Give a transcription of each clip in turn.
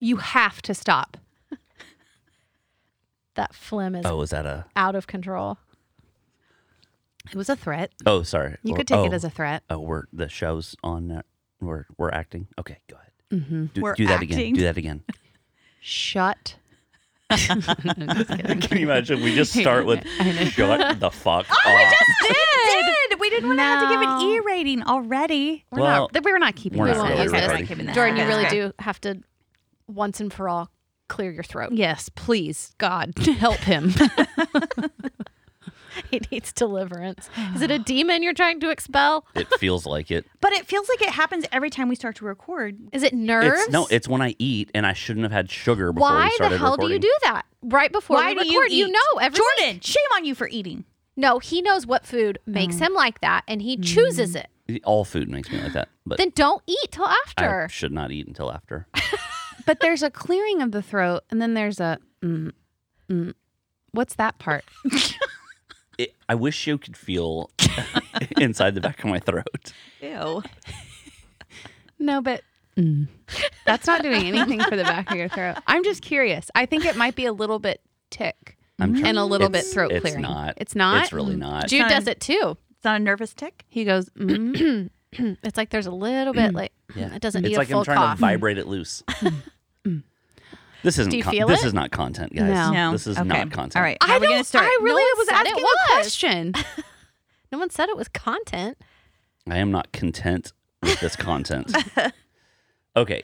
You have to stop. that phlegm is Oh, is that a? out of control. It was a threat. Oh, sorry. You Or- could take oh, it as a threat. Oh, we're the show's on. Uh, we're we're acting. Okay, go ahead. Mm-hmm. Do, We're do that acting. again. Do that again. Shut. Can you imagine? We just start with shut the fuck Oh, up. did. We didn't want to have to give an E No. rating already. We're Well, not, th- we're not keeping we're this. not in. really Okay. ready. Jordan, you Okay. really Okay. do have to once and for all clear your throat. Yes, please, God, help him. he needs deliverance. Is it a demon you're trying to expel? it feels like it. But it feels like it happens every time we start to record. Is it nerves? It's no. It's when I eat and I shouldn't have had sugar before Why we started the hell recording. do you do that? Right before Why we do record, you eat? know every Jordan, week. shame on you for eating. No, he knows what food makes Mm. him like that, and he chooses it. do? All food makes me like that, but Then don't eat till Mm. I after. should not eat until after. But there's a clearing of the throat, and then there's a. Mm, mm. What's that part? It, I wish you could feel inside the back of my throat. Ew. No, but Mm. that's not doing anything for the back of your throat. I'm just curious. I think it might be a little bit tick I'm trying. and a little It's- bit throat it's clearing. not. It's not. Mm. It's really not. Jude Son. does it too. It's not a nervous tick. he goes. Mm. It's like there's a little bit like it doesn't It's need like a full I'm trying cough. Mm. to vibrate it loose. this isn't. Do you con- feel this it? is not content, guys. No. No. This is okay. not content. All right. I How are we don't- gonna start? I really no one was said asking it a was. question. No one said it was content. I am not content with this content. okay.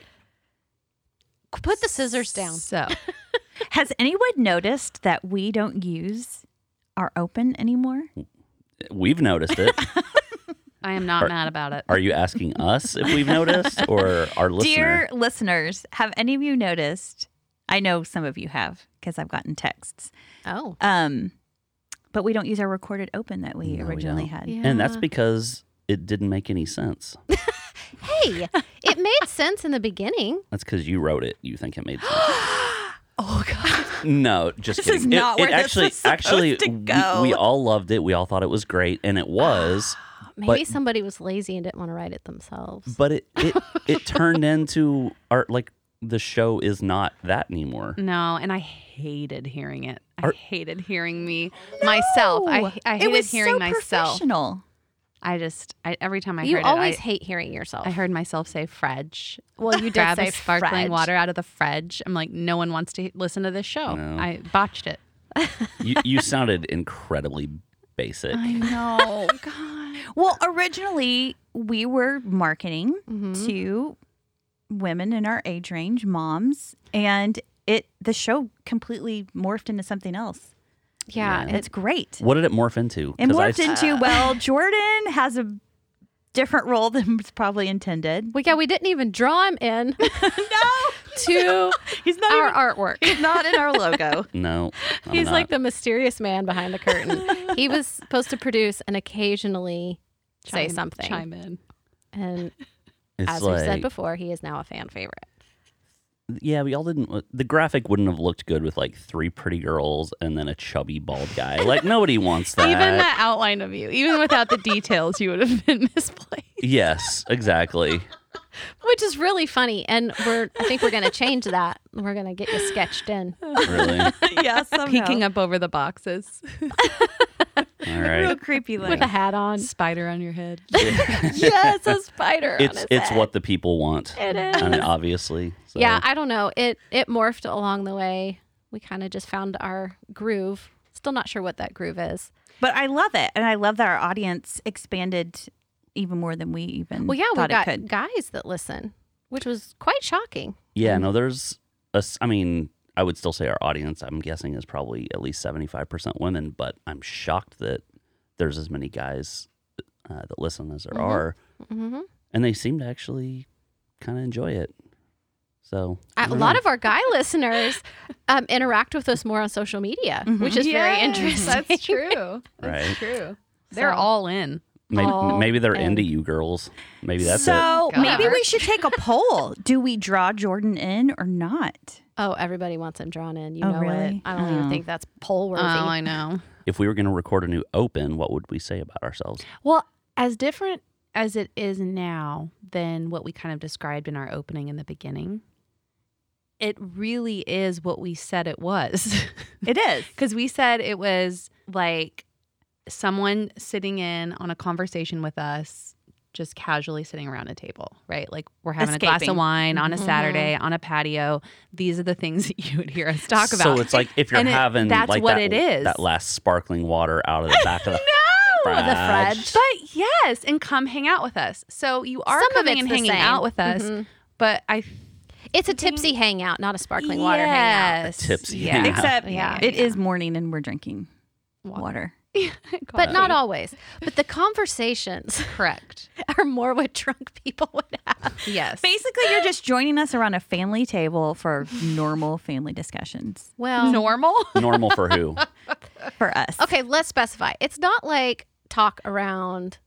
Put the scissors down. So Has anyone noticed that we don't use our open anymore? We've noticed it. I am not Are- mad about it. Are you asking us if we've noticed or our listener? Dear listeners, have any of you noticed? I know some of you have because I've gotten texts. Oh, Um, but we don't use our recorded open that we No, we originally don't. had. And that's because it didn't make any sense. hey, it made sense in the beginning. That's because you wrote it. You think it made sense. oh God! No, just This kidding. is not it, where it this actually was supposed actually to we- go. We, all loved it. We all thought it was great, and it was. Maybe But- somebody was lazy and didn't want to write it themselves. but it it, it turned into our like the show is not that anymore. No, and I hated hearing it. I Are- hated hearing me myself. I I hated it was hearing so myself. Professional. I just I, every time I you heard always it, I, hate hearing yourself. I heard myself say "fridge." Well, you did Grab say a sparkling fridge. water out of the fridge. I'm like, no one wants to he- listen to this show. No. I botched it. You you sounded incredibly basic. know. God. Well, originally we were marketing Mm-hmm. to women in our age range, moms, and it the show completely morphed into something else. Yeah, And it's great. What did it morph into? It 'Cause I morphed into well, Jordan has a different role than was probably intended. Well, yeah, we didn't even draw him in No, to he's not. our even- artwork. he's not in our logo. no. I'm He's not. like the mysterious man behind the curtain. he was supposed to produce and occasionally say something. Chime in. And It's as we like- said before, he is now a fan favorite. Yeah, we all didn't. uh, The graphic wouldn't have looked good with like three pretty girls and then a chubby bald guy. Like nobody wants that. Even the outline of you, even without the details, you would have been misplaced. yes, exactly. which is really funny and we're i think we're going to change that we're going to get you sketched in Really. All yeah, somehow. Peeking up over the boxes, right. real creepy. Like with a hat on spider on your head. yes a spider on It's his it's head. what uh, the people want. it is I mean, obviously. So. yeah i don't know it it morphed along the way we kind of just found our groove still not sure what that groove is But I love it, and I love that our audience expanded even more than we even. well yeah Mm, we thought got it could. guys that listen which was quite shocking Yeah, Mm-hmm. no, there's a s I mean, I would still say our audience, I'm guessing, is probably at least 75% women, but I'm shocked that there's as many guys uh, that listen as there Mhm. are. mm-hmm. And they seem to actually kind of enjoy it. So, I a don't lot know. of our guy listeners um, interact with us more on social media Mhm. which is very Yes, interesting That's true. That's Right. true. They're So- all in. May- all maybe, they're in. into you girls. Maybe that's it. so God. maybe we should take a poll. Do we draw Jordan in or not? Oh, everybody wants him drawn in. You Oh, know it. really? I don't Oh. even think that's poll worthy. Oh, know. If we were going to record a new open, what would we say about ourselves? Well, as different as it is now than what we kind of described in our opening in the beginning, it really is what we said it was. It is. Because we said it was like someone sitting in on a conversation with us, just casually sitting around a table, right? Like we're having a glass of Escaping. Mm-hmm. wine on a Mhm. Saturday on a patio. These are the things that you would hear us talk about. So it's like if you're And it- having that's like what that, it is. that last sparkling water out of the back of the Oh, the Fridge. fridge. but yes, and come hang out with us. So you are Some of coming it's and the hanging same. out with us, Mhm. but I It's a tipsy hangout, not a sparkling water hangout. Yes. tipsy Yeah. hangout. Except Yeah. it is morning and we're drinking water. But not always. But the conversations correct. are more what drunk people would have. Yes. Basically, you're just joining us around a family table for normal family discussions Well, normal. normal for who? for us. okay, let's specify. It's not like talk around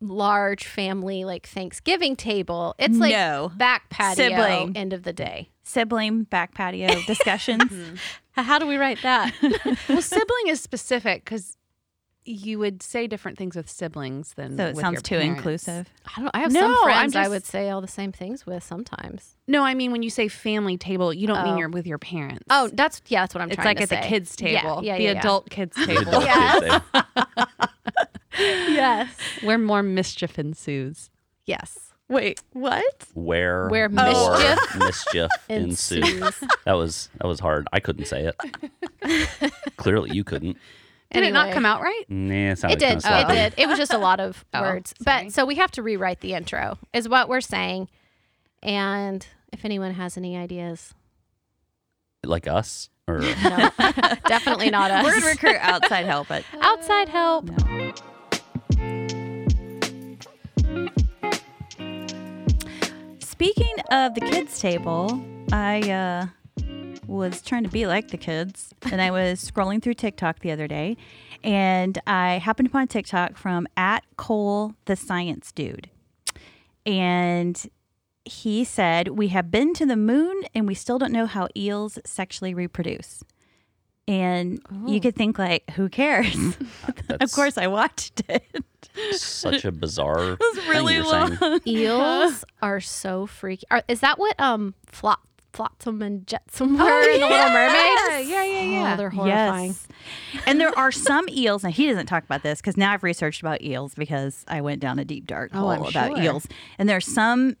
large family like Thanksgiving table. It's like No. back patio Sibling. end of the day. Sibling back patio discussions. How do we write that? well, sibling is specific because you would say different things with siblings than so it with sounds your too parents. inclusive. I don't I have No, some I'm friends I just- would say all the same things with sometimes. No, I mean when you say family table, you don't Oh. mean you're with your parents. Oh, that's yeah, that's what I'm it's like trying to at say. the kids Yeah, table, yeah, the yeah, yeah. adult kids Who's table. adult Tuesday? Yes. Where more mischief ensues. Yes. Wait, what? Where Where more mischief mischief ensues. That was that was hard. I couldn't say it. Clearly, you couldn't. Did it not Anyway. come out right? Nah, it It sounded did. Oh, Kind of It did. It was just a lot of Oh, words. sorry. But so we have to rewrite the intro, is what we're saying. And if anyone has any ideas, Like us, or no, definitely not us. We're going to recruit outside help, but Outside help. Speaking of the kids' table, I uh, was trying to be like the kids, and I was scrolling through TikTok the other day, and I happened upon a TikTok from at Cole the Science Dude, and he said, "We have been to the moon, and we still don't know how eels sexually reproduce." And you could think like, "Who cares?" of that's course, I watched it. such a bizarre. It really thing you're saying. Eels are so freaky. Are, is that what um flop flotsam and jetsam were in the Little Mermaid? Yeah, yeah, yeah. Oh, they're horrifying. Yes. And there are some eels, and he doesn't talk about this because now I've researched about eels because I went down a deep dark Oh, hole I'm about sure. eels. And there are some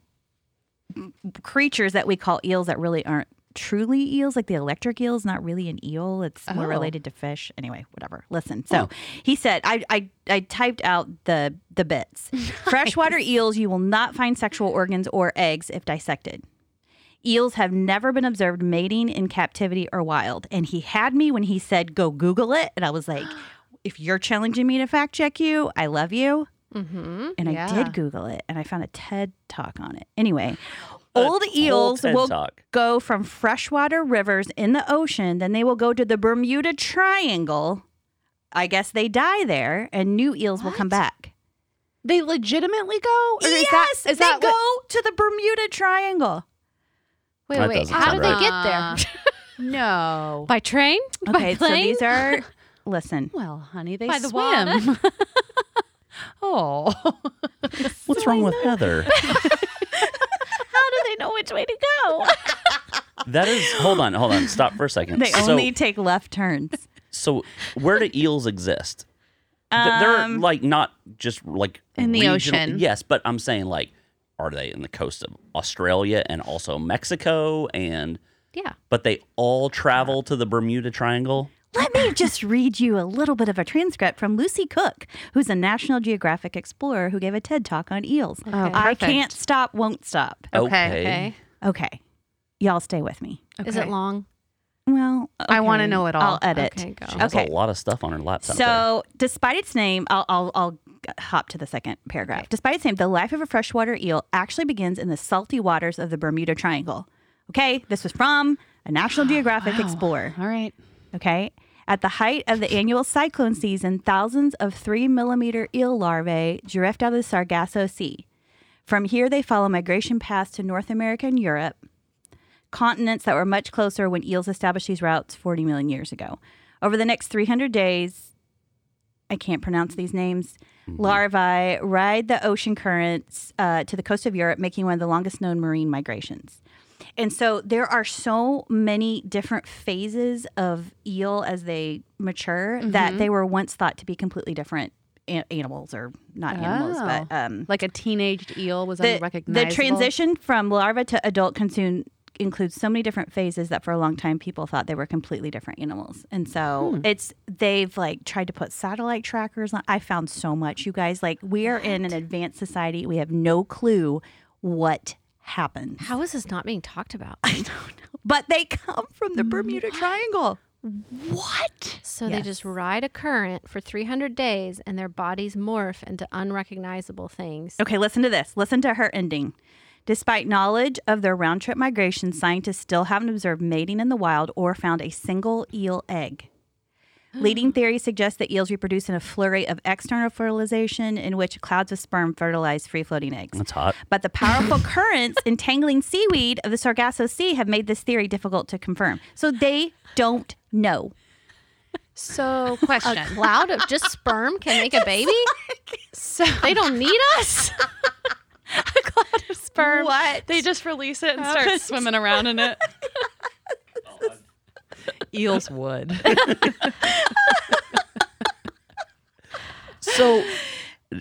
creatures that we call eels that really aren't truly eels, like the electric eel is not really an eel. It's more Oh. related to fish. Anyway, whatever. Listen. So he said I, I I typed out the the bits. Freshwater eels, you will not find sexual organs or eggs if dissected. Eels have never been observed mating in captivity or wild. And he had me when he said, go Google it. And I was like, if you're challenging me to fact check you, I love you. Mm-hmm. And I Yeah. did Google it and I found a TED talk on it. Anyway, old eels TED will talk. go from freshwater rivers in the ocean, then they will go to the Bermuda Triangle. I guess they die there and new eels will come back. They legitimately go? Or is that, yes, is they that go what- to the Bermuda Triangle. Wait, That wait. doesn't How do sound they right. get there? No. By train? Okay, By so plane? these are listen. Well, honey, they By the water. swim. oh. What's wrong with Heather? How do they know which way to go? That is. Hold on. Hold on. Stop for a second. They so, only take left turns. so where do eels exist? Th- They're Um, like not just like In the regional- ocean. Yes, but I'm saying like, are they in the coast of Australia and also Mexico and? Yeah. But they all travel to the Bermuda Triangle. Let me just read you a little bit of a transcript from Lucy Cook, who's a National Geographic explorer who gave a TED talk on eels. Okay. I perfect. can't stop, won't stop. Okay. Y'all stay with me. Is it long? Well, I wanna okay, know it all. I'll edit. Okay, go. She has Okay. a lot of stuff on her laptop. there. So, despite its name, I'll, I'll, I'll g- hop to the second paragraph. Despite its name, the life of a freshwater eel actually begins in the salty waters of the Bermuda Triangle. Okay, this was from a National Geographic explorer. Oh, All right. Okay. At the height of the annual cyclone season, thousands of three millimeter eel larvae drift out of the Sargasso Sea. From here, they follow migration paths to North America and Europe, continents that were much closer when eels established these routes 40 million years ago. Over the next 300 days, I can't pronounce these names. Larvae ride the ocean currents uh, to the coast of Europe, making one of the longest known marine migrations. And so there are so many different phases of eel as they mature that Mhm. they were once thought to be completely different an- animals or not animals, but um, Like a teenaged eel was the, the unrecognizable. transition from larva to adult consume includes so many different phases that for a long time people thought they were completely different animals. And so it's they've like tried to put satellite trackers on. I found so much, you guys. Like we are in an advanced society. We have no clue what happens. How is this not being talked about? I don't know. But they come from the Bermuda Triangle. What? So they just ride a current for 300 days and their bodies morph into unrecognizable things. Okay, listen to this. Listen to her ending. Despite knowledge of their round trip migration, scientists still haven't observed mating in the wild or found a single eel egg. Leading theory suggests that eels reproduce in a flurry of external fertilization in which clouds of sperm fertilize free floating eggs. That's hot. But the powerful currents entangling seaweed of the Sargasso Sea have made this theory difficult to confirm. So they don't know. So, A question. cloud of just sperm can make a baby? so, They don't need us? a cloud of sperm. What? They just release it and start swimming around in it. Eels would. So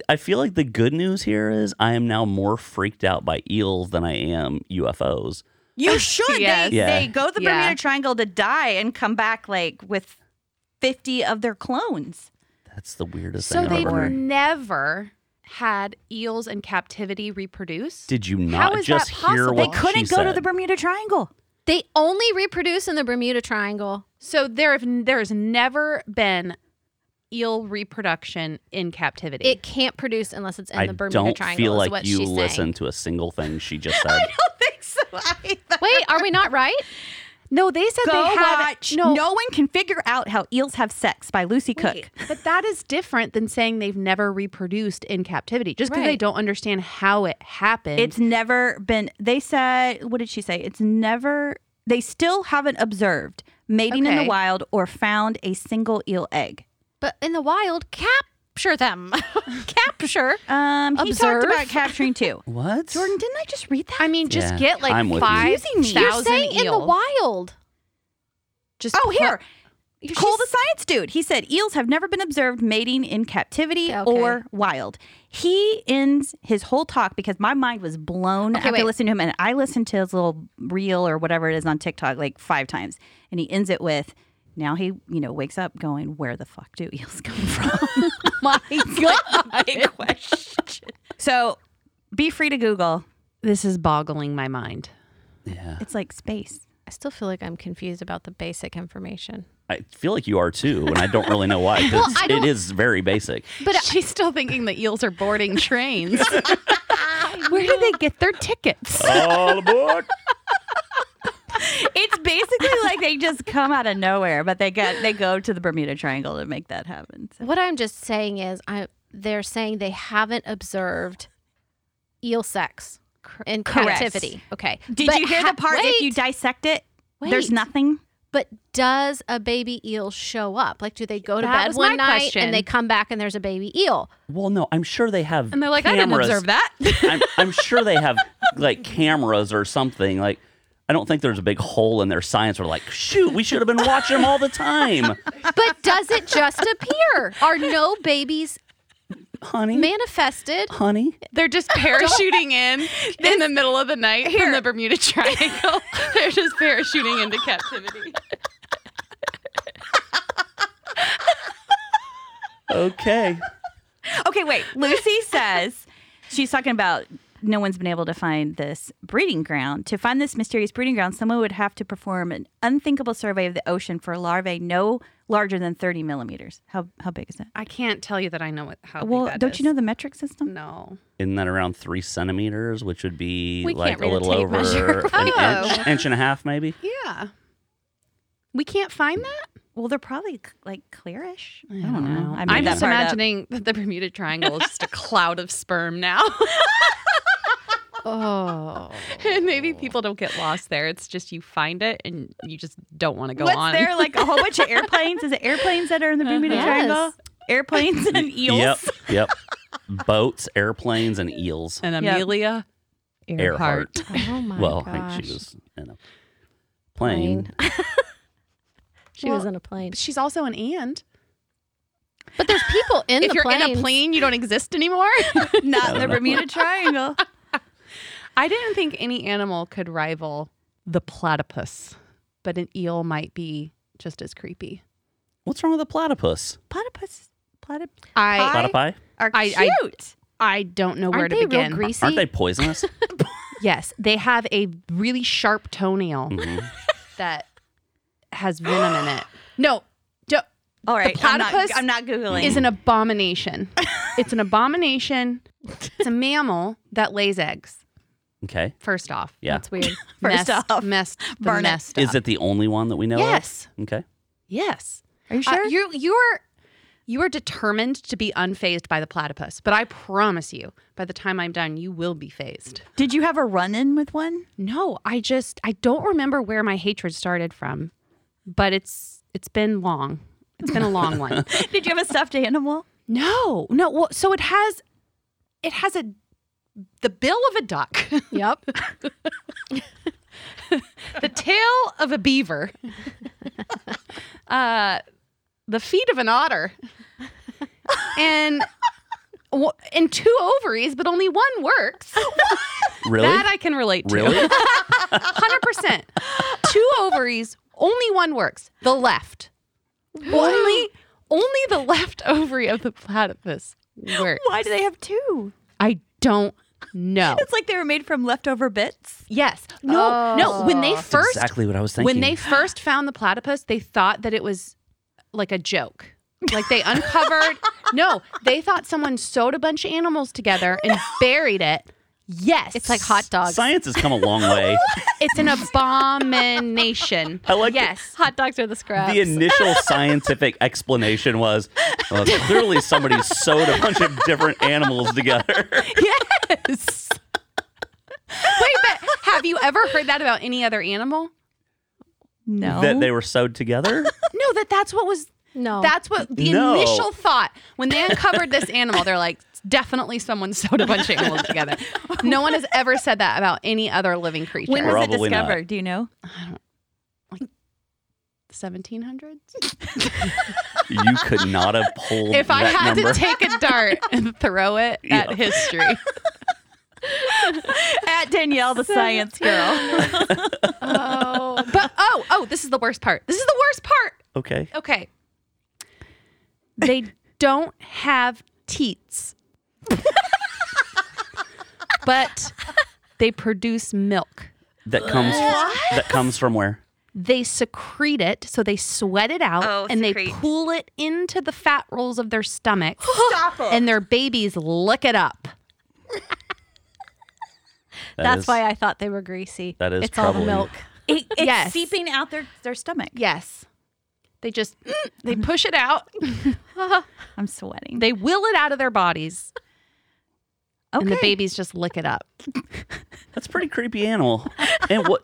I feel like the good news here is I am now more freaked out by eels than I am UFOs. You should. Yes. They, Yeah. they go to the Yeah. Bermuda Triangle to die and come back like with 50 of their clones. That's the weirdest So thing I've they've ever heard. never had eels in captivity reproduce. Did you How not is just that hear possible? what they couldn't she go to said? the Bermuda Triangle. They only reproduce in the Bermuda Triangle. so there have there has never been eel reproduction in captivity. It can't produce unless it's in I the Bermuda don't Triangle. feel is like what you she's saying. listened to a single thing she just said. don't think so either. Wait, are we not right? no, they said Go they have watch. No. one can figure out how eels have sex by Lucy Cook. But that is different than saying they've never reproduced in captivity just because they Right. don't understand how it happened. It's never been. They said, what did she say? It's never. They still haven't observed mating in the Okay. wild or found a single eel egg. But in the wild, capture them. capture. Um, he Observe. talked about capturing too. what? Jordan, didn't I just read that? I mean, just Yeah, get like I'm with you. five Using me. You're thousand saying eels. in the wild. Just Oh, pl- here. Cole, the science dude, he said eels have never been observed mating in captivity Okay. or wild. He ends his whole talk because my mind was blown Okay, after wait. listening to him, and I listened to his little reel or whatever it is on TikTok like five times, and he ends it with, "Now he, you know, wakes up going, where the fuck do eels come from?" My God. so, be free to Google. this is boggling my mind. Yeah. It's like space. I still feel like I'm confused about the basic information. I feel like you are too, and I don't really know why. 'cause I it don't- is very basic. But She's still thinking that eels are boarding trains. Where do they get their tickets? All aboard. It's basically like they just come out of nowhere, but they got they go to the Bermuda Triangle to make that happen. So- what I'm just saying is, I they're saying they haven't observed eel sex in Correct. captivity. Okay. Did But you hear ha- the part? If you wait, dissect it, there's wait. nothing. But does a baby eel show up? Like, do they go to That bed was one my night question. and they come back and there's a baby eel? Well, no, I'm sure they have. And they're like, I didn't cameras. observe that. I'm, I'm sure they have like cameras or something. Like, I don't think there's a big hole in their science. Where like, shoot, we should have been watching them all the time, But does it just appear? Are no babies honey. manifested? Honey, They're just parachuting in in the middle of the night from the Bermuda Triangle. They're just parachuting into captivity. okay. Okay, wait. Lucy says she's talking about no one's been able to find this breeding ground. To find this mysterious breeding ground, someone would have to perform an unthinkable survey of the ocean for larvae no larger than 30 millimeters. How how big is that? I can't tell you that I know what, how. big Well, that don't you is. know the metric system? No. Isn't that around three centimeters, which would be We like can't a read a little tape over measure. an Oh. inch, inch and a half, maybe? Yeah. We can't find that. Well, they're probably c- like clearish. I I don't know. I am made that just part up. imagining that the Bermuda Triangle is just a cloud of sperm now, Oh. and maybe people don't get lost there. It's just you find it and you just don't want to go What's on. Uh-huh. there like a whole bunch of airplanes? Is it airplanes that are in the Bermuda Yes. Triangle? Airplanes and eels. Yep. Yep. Boats, airplanes, and eels. And Yeah. Amelia Earhart. Earhart. Oh my well, gosh. I think she was in a plane. She was Well, in a plane. She's also an and. But there's people in if the you're in planes. a plane, you don't exist anymore. Not in the Bermuda Triangle. I didn't think any animal could rival the platypus, but an eel might be just as creepy. What's wrong with a platypus? Platypus, platypus I Platypi? are I- I- cute. I don't know where Aren't to they begin. real greasy? Aren't they poisonous? Yes, they have a really sharp toenail Mhm. that has venom in it. No, do- All right, platypus I'm not, I'm not googling. is an abomination. it's an abomination. It's a mammal that lays eggs. Okay. First off, Yeah. that's weird. First messed, off. messed, the Burn it. messed Is up. it the only one that we know Yes, of? Okay. yes. are you Uh, sure? you you are you are determined to be unfazed by the platypus, but I promise you, by the time I'm done, you will be phased. Did you have a run-in with one? No, I just I don't remember where my hatred started from, but it's it's been long. It's been a long one. Did you have a stuffed animal? No, no. Well, so it has it has a the bill of a duck, Yep. the tail of a beaver, uh, the feet of an otter, and w- and two ovaries, but only one works. Really? That I can relate to. really? 100%. Two ovaries, only one works. The left. Only only the left ovary of the platypus works. Why do they have two? I don't know. It's like they were made from leftover bits. Yes. No. No, when they That's first exactly what I was thinking. when they first found the platypus, they thought that it was like a joke. Like they uncovered No, they thought someone sewed a bunch of animals together and buried it. Yes. It's like hot dogs. Science has come a long way. It's an abomination. I like yes. Hot dogs are the scraps. the initial scientific explanation was well, clearly somebody sewed a bunch of different animals together. Yes. Wait, but have you ever heard that about any other animal? No. That they were sewed together? No, that that's what was no. that's what the No. initial thought when they uncovered this animal. They're like, definitely someone sewed a bunch of animals together. No one has ever said that about any other living creature. when was it Probably not. discovered? Do you know? 1700s? You could not have pulled If I that had number. to take a dart and throw it at Yeah. history. At Danielle, the science girl. Oh. But oh, oh, this is the worst part. This is the worst part. okay. Okay. They don't have teats. but they produce milk. That comes that comes from where? They secrete it, so they sweat it out Oh, and secrete. they pull it into the fat rolls of their stomach. Stop it. and their babies lick it up. That That's is- why I thought they were greasy. That is It's all troubling. the milk. It, it's Yes. seeping out their, their stomach. Yes. They just they push it out. I'm sweating. They will it out of their bodies. And the Okay. babies just lick it up. That's a pretty creepy animal. And what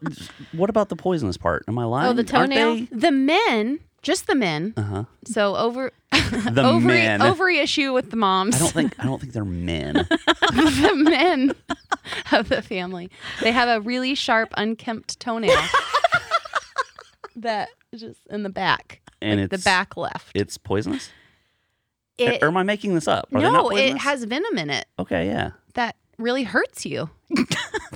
what about the poisonous part? Am I lying? the toenail? mm, Aren't oh, The men, just the men, they? Uh-huh. So over The ovary men. ovary issue with the moms, I don't think I don't think they're men. the men of the family. They have a really sharp, unkempt toenail that just in the back, And the it's back left. it's poisonous? It- or am I making this up? Are they not no, Oh, it poisonous? has venom in it Okay, yeah. that really hurts you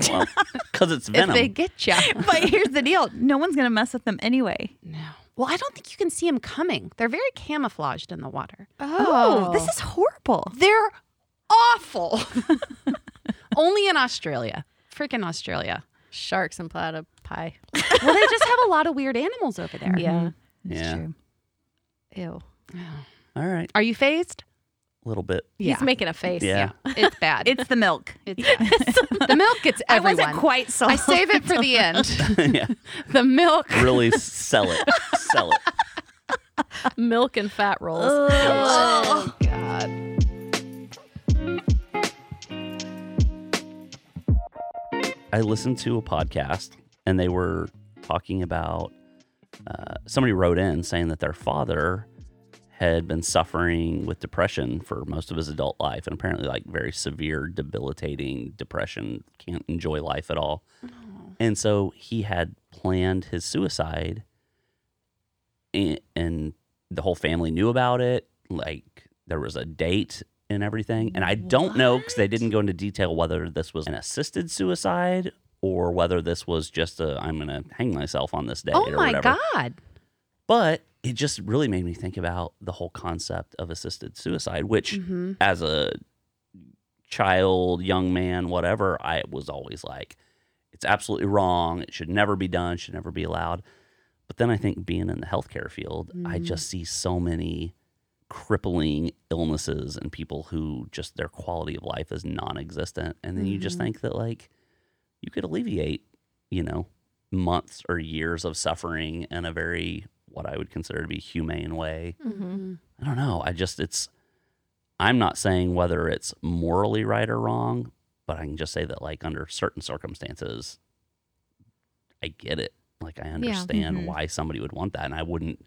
Well, cuz it's if venom. they get you. but here's the deal no one's going to mess with them anyway. No. Well, I don't think you can see them coming. They're very camouflaged in the water. Oh, this is horrible. They're awful. Only in Australia. Freaking Australia. sharks and platypi. Well, they just have a lot of weird animals over there. Mm-hmm. Yeah. That's Yeah. Mm-hmm. true. Ew. All right, Are you phased? a little bit. He's making a face. Yeah. it's bad. It's the milk. It's bad. the milk gets I everyone. wasn't quite so. I save it for the end. yeah. The milk. Really sell it. Sell it. Milk and fat rolls. Oh, God. I listened to a podcast and they were talking about uh, somebody wrote in saying that their father had been suffering with depression for most of his adult life and apparently like very severe debilitating depression can't enjoy life at all Oh. and so he had planned his suicide and, and the whole family knew about it like there was a date and everything and i don't know because they didn't go into detail whether this was an assisted suicide or whether this was just a i'm gonna hang myself on this day Oh or my whatever God. but it just really made me think about the whole concept of assisted suicide which Mm-hmm. as a child young man whatever i was always like it's absolutely wrong it should never be done should never be allowed but then i think being in the healthcare field i Mhm. just see so many crippling illnesses and people who just their quality of life is non-existent and then you just Mhm. think that like you could alleviate you know months or years of suffering in a very what i would consider to be humane way I don't know. I just it's I'm not saying whether it's morally right or wrong, but I can just say that like under certain circumstances I get it. Like I understand Mhm. why somebody would want that and I wouldn't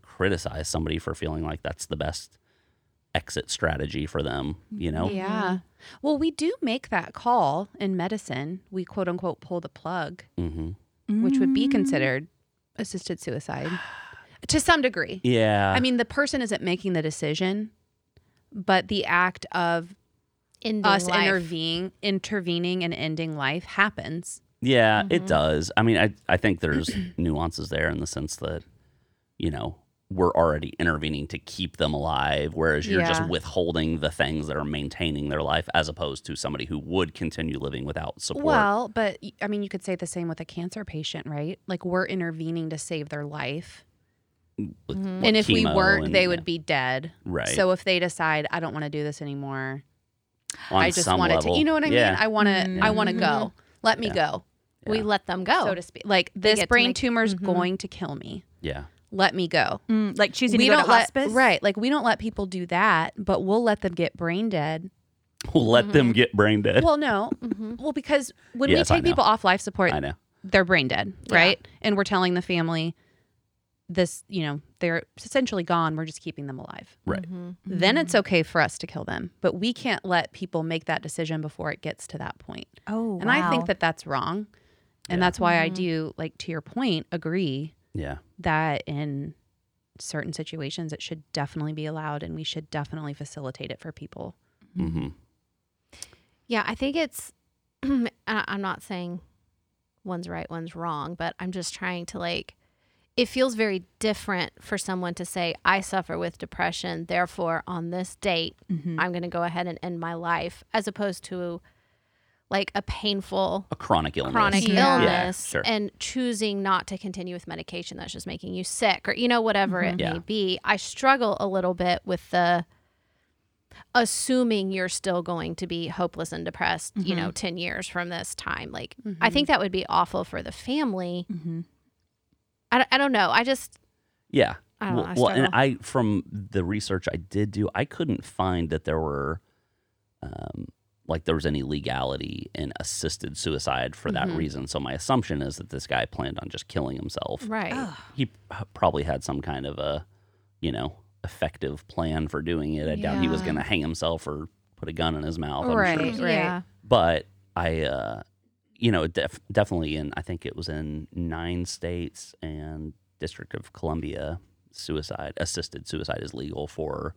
criticize somebody for feeling like that's the best exit strategy for them, you know? Yeah. Well, we do make that call in medicine. We quote unquote pull the plug, Mhm. which would Mm. be considered assisted suicide to some degree. Yeah. I mean, the person isn't making the decision, but the act of Ending us life. intervening, intervening and ending life happens. Yeah, mm-hmm. it does. I mean, I I think there's nuances there in the sense that, you know, we're already intervening to keep them alive, whereas you're just Yeah. withholding the things that are maintaining their life, as opposed to somebody who would continue living without support. Well, but y- I mean, you could say the same with a cancer patient, right? Like we're intervening to save their life. with Mhm. what mm-hmm. and if we chemo weren't, and- they would be dead. right. So if they decide, I don't want to do this anymore, on I just some want level, to, you know what I Yeah. Mm-hmm. mean? I want to, I want to Mhm. go. Let me go, We Yeah. let them go. so to speak. Like this Oh. get to brain make- tumor is Mhm. going to kill me. yeah, Let me go. Mm, like choosing we to go don't to let hospice. right. Like we don't let people do that, but we'll let them get brain dead. we'll let them get brain dead. Mm-hmm. Well, no. Mm-hmm. Well, because when Yes, we I take know. people off life support, I know. they're brain dead, right? And we're telling the family this, you know, they're essentially gone. We're just keeping them alive. Right. Mm-hmm. Then it's okay for us to kill them, but we can't let people make that decision before it gets to that point. Oh, And I think wow. that that's wrong. And Yeah. that's why I do, like, to your point, agree Yeah. that in certain situations it should definitely be allowed and we should definitely facilitate it for people. hmm Yeah, I think it's. I- I'm not saying one's right, one's wrong, but I'm just trying to like. It feels very different for someone to say, I suffer with depression, therefore, on this date, I'm going to go ahead and end my life, as opposed to like a painful A chronic illness. chronic Yeah. Yeah, illness sure. and choosing not to continue with medication that's just making you sick or you know whatever it Yeah. may be i struggle a little bit with the assuming you're still going to be hopeless and depressed you know 10 years from this time like i think that would be awful for the family Mhm. I, don't- I don't know i just Yeah. I don't know, well, I well, and struggle. I from the research I did do, I couldn't find that there were, um, like there was any legality in assisted suicide for that Mm-hmm. Mhm. reason. So my assumption is that this guy planned on just killing himself. right Oh. He p- probably had some kind of a, you know, effective plan for doing it. I doubt he was Yeah. going to hang himself or put a gun in his mouth. I'm sure Right. yeah but I, uh, you know, def- definitely in, I think it was in nine states and District of Columbia, suicide, assisted suicide is legal for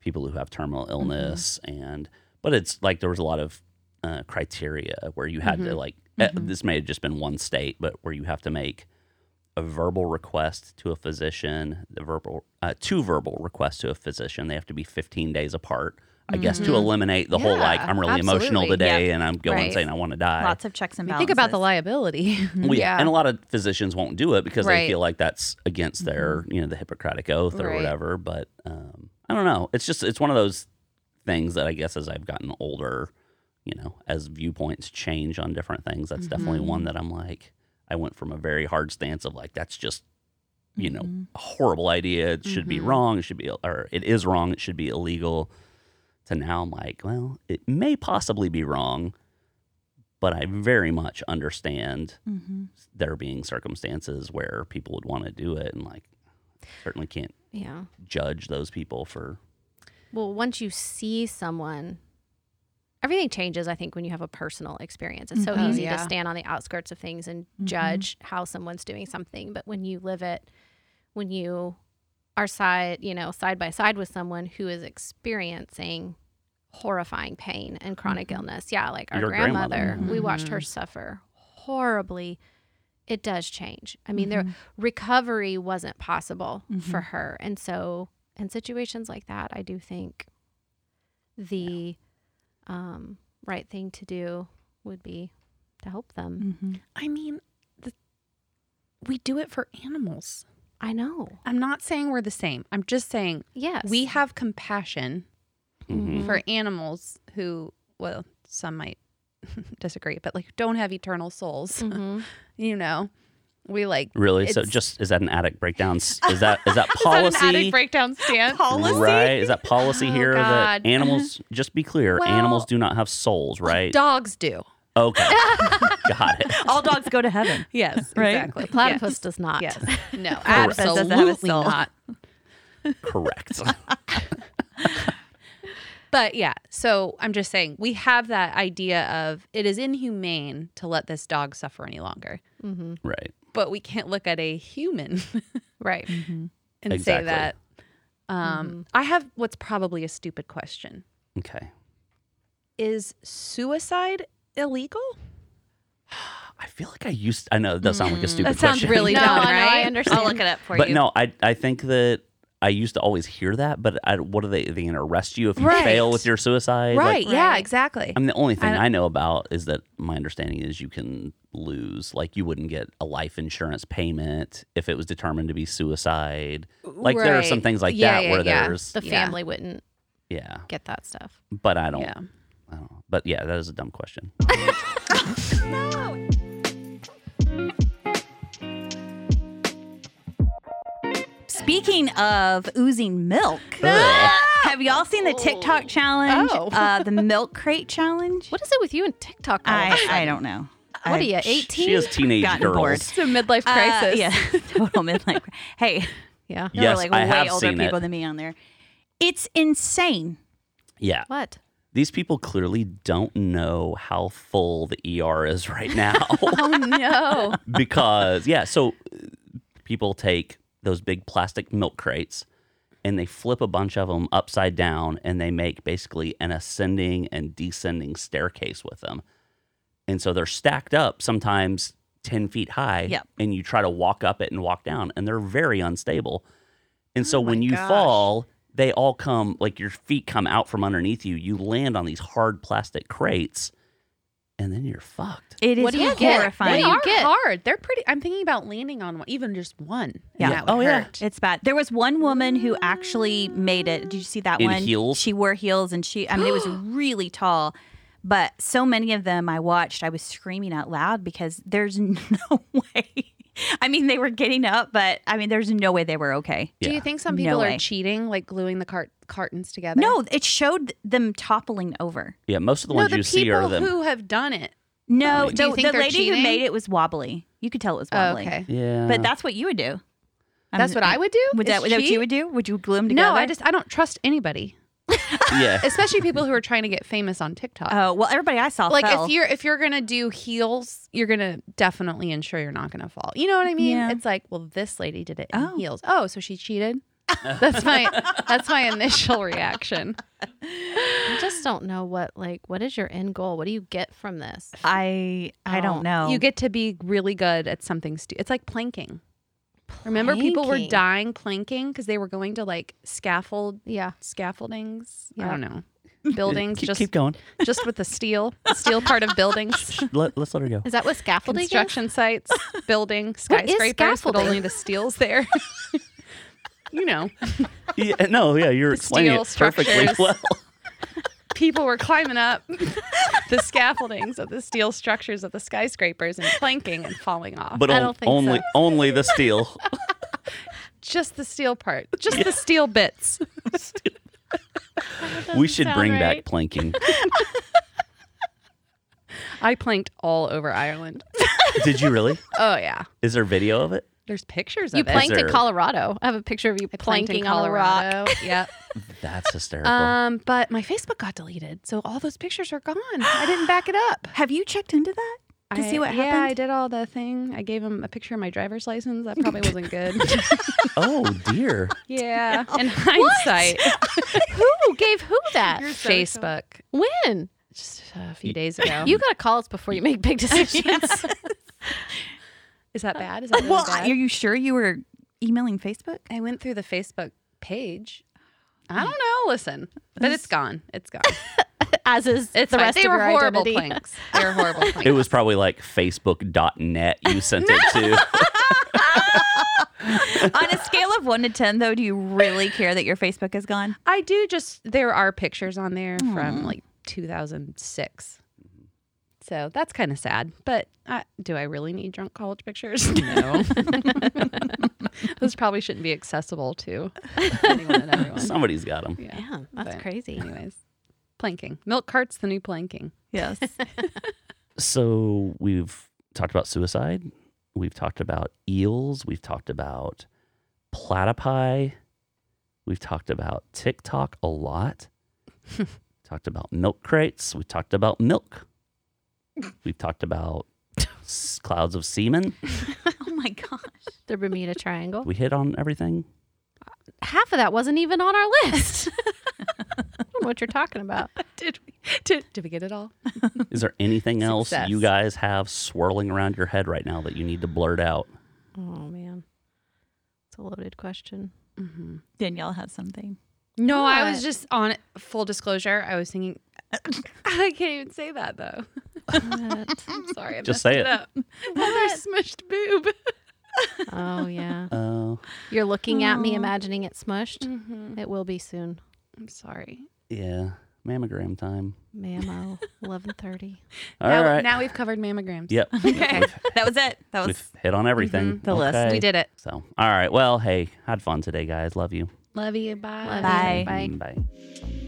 people who have terminal Mm-hmm. illness. And, but it's like there was a lot of uh, criteria where you had Mm-hmm. to, like, eh, this may have just been one state, but where you have to make a verbal request to a physician, the verbal, uh, two verbal requests to a physician. They have to be 15 days apart. I guess to eliminate the whole like Mm-hmm. Yeah, I'm really emotional absolutely. today and I'm going Right. saying I want to die. Lots of checks I and mean, balances. think about the liability. Well, yeah. and a lot of physicians won't do it because they Right. feel like that's against their you know the Hippocratic oath or Right. whatever. But um, I don't know. It's just it's one of those things that I guess as I've gotten older, you know, as viewpoints change on different things, that's definitely one that I'm like I went from a very hard stance of like that's just you know a horrible idea. It should be Mm-hmm. wrong. It should be or it is wrong. It should be illegal. To now I'm like, well, it may possibly be wrong, but I very much understand Mm-hmm. there being circumstances where people would want to do it and like certainly can't Yeah. judge those people for Well, once you see someone, everything changes, I think, when you have a personal experience. It's so Mhm. Oh, easy yeah. to stand on the outskirts of things and judge how someone's doing something. But when you live it, when you are side, you know, side by side with someone who is experiencing horrifying pain and chronic illness. Yeah, like our Your grandmother, grandmother. we watched her suffer horribly. It does change. I mean, there Mm-hmm. recovery wasn't possible for her. And so in situations like that, I do think the um, right thing to do would be to help them. Mm-hmm. I mean, the, we do it for animals. I know. I'm not saying we're the same. I'm just saying Yes. we have compassion Mhm. for animals who, well, some might disagree, but like don't have eternal souls. Mm. Mhm. You know, we like really. so It's- just is that an addict breakdown? S- Is that is that Is that an policy? attic breakdown stance. Policy? Right? Is that policy Oh, here God. that animals? Just be clear, Well- animals do not have souls, right? Dogs do. Okay, got it. All dogs go to heaven. Yes, Right? exactly. Platypus does not. Yes. yes. No, Platypus doesn't have a absolutely soul. not. Correct. But yeah, so I'm just saying we have that idea of it is inhumane to let this dog suffer any longer. hmm right. But we can't look at a human Right. and Exactly. say that. Um, I have what's probably a stupid question. Okay. Is suicide illegal? I feel like I used. I know that sounds like a stupid Mm, That sounds question. really No, dumb, I know, right? I understand. will look it up for but you. no, I I think that I used to always hear that. But I, what are they? They gonna arrest you if you Right. fail with your suicide? Like, right? Yeah, Right. exactly. I mean, the only thing I- I, know about is that my understanding is you can lose, like you wouldn't get a life insurance payment if it was determined to be suicide. Like there are some Right. things like Yeah, that yeah, where yeah. there's, The Yeah. family wouldn't yeah. get that stuff. But I don't, Yeah. I don't know. But yeah, that is a dumb question. Speaking of oozing milk, uh, have y'all seen the TikTok challenge? Oh. Uh, the milk crate challenge? What is it with you and TikTok? all of a I, sudden? I don't know. What are I- you, She- 18? She is teenage gotten girls. bored. It's a midlife Uh, crisis. yeah, total midlife. cri- Hey, yeah. there Yes, were like I way have older seen people it. than me on there. It's insane. Yeah. What? These people clearly don't know how full the ER is right now. Oh no. because yeah, so uh, people take those big plastic milk crates and they flip a bunch of them upside down and they make basically an ascending and descending staircase with them. And so they're stacked up sometimes 10 feet high Yep. and you try to walk up it and walk down and they're very unstable. And so when you Oh gosh. fall, they all come like your feet come out from underneath you. You land on these hard plastic crates and then you're fucked. It is What do you get? horrifying. They do you are get? hard. They're pretty. I'm thinking about landing on one, even just one. Yeah. And that would Oh, yeah. hurt. It's bad. There was one woman who actually made it. Did you see that In one? heels? She wore heels and she, I mean, it was really tall. But so many of them I watched, I was screaming out loud because there's no way. I mean, they were getting up, but I mean, there's no way they were okay. Do Yeah. you think some No people are way. cheating, like gluing the cart- cartons together? No, it showed them toppling over. Yeah, most of the no. ones The you people see are them. who have done it. No, Do you the, think the they're lady who cheating? made it was wobbly. You could tell it was Oh, wobbly. okay, Yeah. But that's what you would do. I'm- that's what I would do. Would is that, would that what cheat? you would do? Would you glue them together? No, I just I don't trust anybody, yeah. especially people who are trying to get famous on TikTok. Oh well, everybody I saw like fell. if you're if you're gonna do heels, you're gonna definitely ensure you're not gonna fall. You know what I mean? Yeah. It's like, well, this lady did it in Oh. heels. Oh, so she cheated. that's my that's my initial reaction. I just don't know what, like, what is your end goal? What do you get from this? I I Oh, don't know. You get to be really good at something. Stu- it's like planking. Remember, people were Planking. dying planking because they were going to like scaffold Yeah. scaffoldings. I Yeah. don't know buildings. Keep, just keep going. just with the steel, the steel part of buildings, Let, us let her go. Is that what scaffolding is? construction sites, building What is skyscrapers, but scaffolding? only the steel's there. you know, Yeah, no, yeah, you're explaining steel it perfectly structures. well. people were climbing up the scaffoldings of the steel structures of the skyscrapers and planking and falling off. But I on- don't think only so. only the steel. just the steel part, just the steel bits. we should sound bring right. back planking. I planked all over Ireland. Did you really? Oh yeah. Is there video of it? There's pictures You of it. planked in Desert. Colorado. I have a picture of you I planked planking in on a rock. Colorado. yep. That's hysterical. Uh, Um, Oh. but my Facebook got deleted, so all those pictures are gone. I didn't back it up. Have you checked into that to I- see what Yeah, I happened? did all the thing. I gave him a picture of my driver's license. That probably wasn't good. oh dear. yeah, in hindsight, Who gave who that? Facebook When? just a few days ago. You got to call us before you make big decisions. is that bad? Is that really well, bad? are you sure you were emailing Facebook? I went through the Facebook page. I don't know. Listen, but it's gone. It's gone. As is It's the fine. rest They of were your horrible identity. planks. They were horrible planks. It was probably like Facebook.net you sent it to. On a scale of one to ten, though, do you really care that your Facebook is gone? I do just there are pictures on there from like 2006. So that's kind of sad, but I, do I really need drunk college pictures? No. Those probably shouldn't be accessible to anyone and everyone. Somebody's got them. Yeah. Yeah, that's But- crazy. Anyways, planking. Milk cart's the new planking. Yes. Oh So we've talked about suicide. We've talked about eels. We've talked about platypi. We've talked about TikTok a lot. talked about milk crates. We talked about milk. We've talked about s- clouds of semen. oh my gosh. The Bermuda Triangle. We hit on everything. Half of that wasn't even on our list. I don't know what you're talking about. Did we, did, did we get it all? Is there anything else Success. you guys have swirling around your head right now that you need to blurt out? Oh man, it's a loaded question. Mm-hmm. Danielle has something. No, I What? was just on full disclosure. I was thinking, I can't even say that though. What? I'm sorry. I Just messed say it. it. up. Another smushed boob. oh yeah, Uh, Oh, you're looking at me, Aw. imagining it smushed. Mm-hmm. It will be soon. I'm sorry. yeah. Mammogram time. Mammo, eleven thirty. All right. now, now we've covered mammograms. Yep. Okay. that was it. That was We've hit on everything. The list. Okay. Mm-hmm, We did it. So, all right. Well, hey, had fun today, guys. Love you. Mm, Love you. Bye. Love you. Bye. Bye. Bye.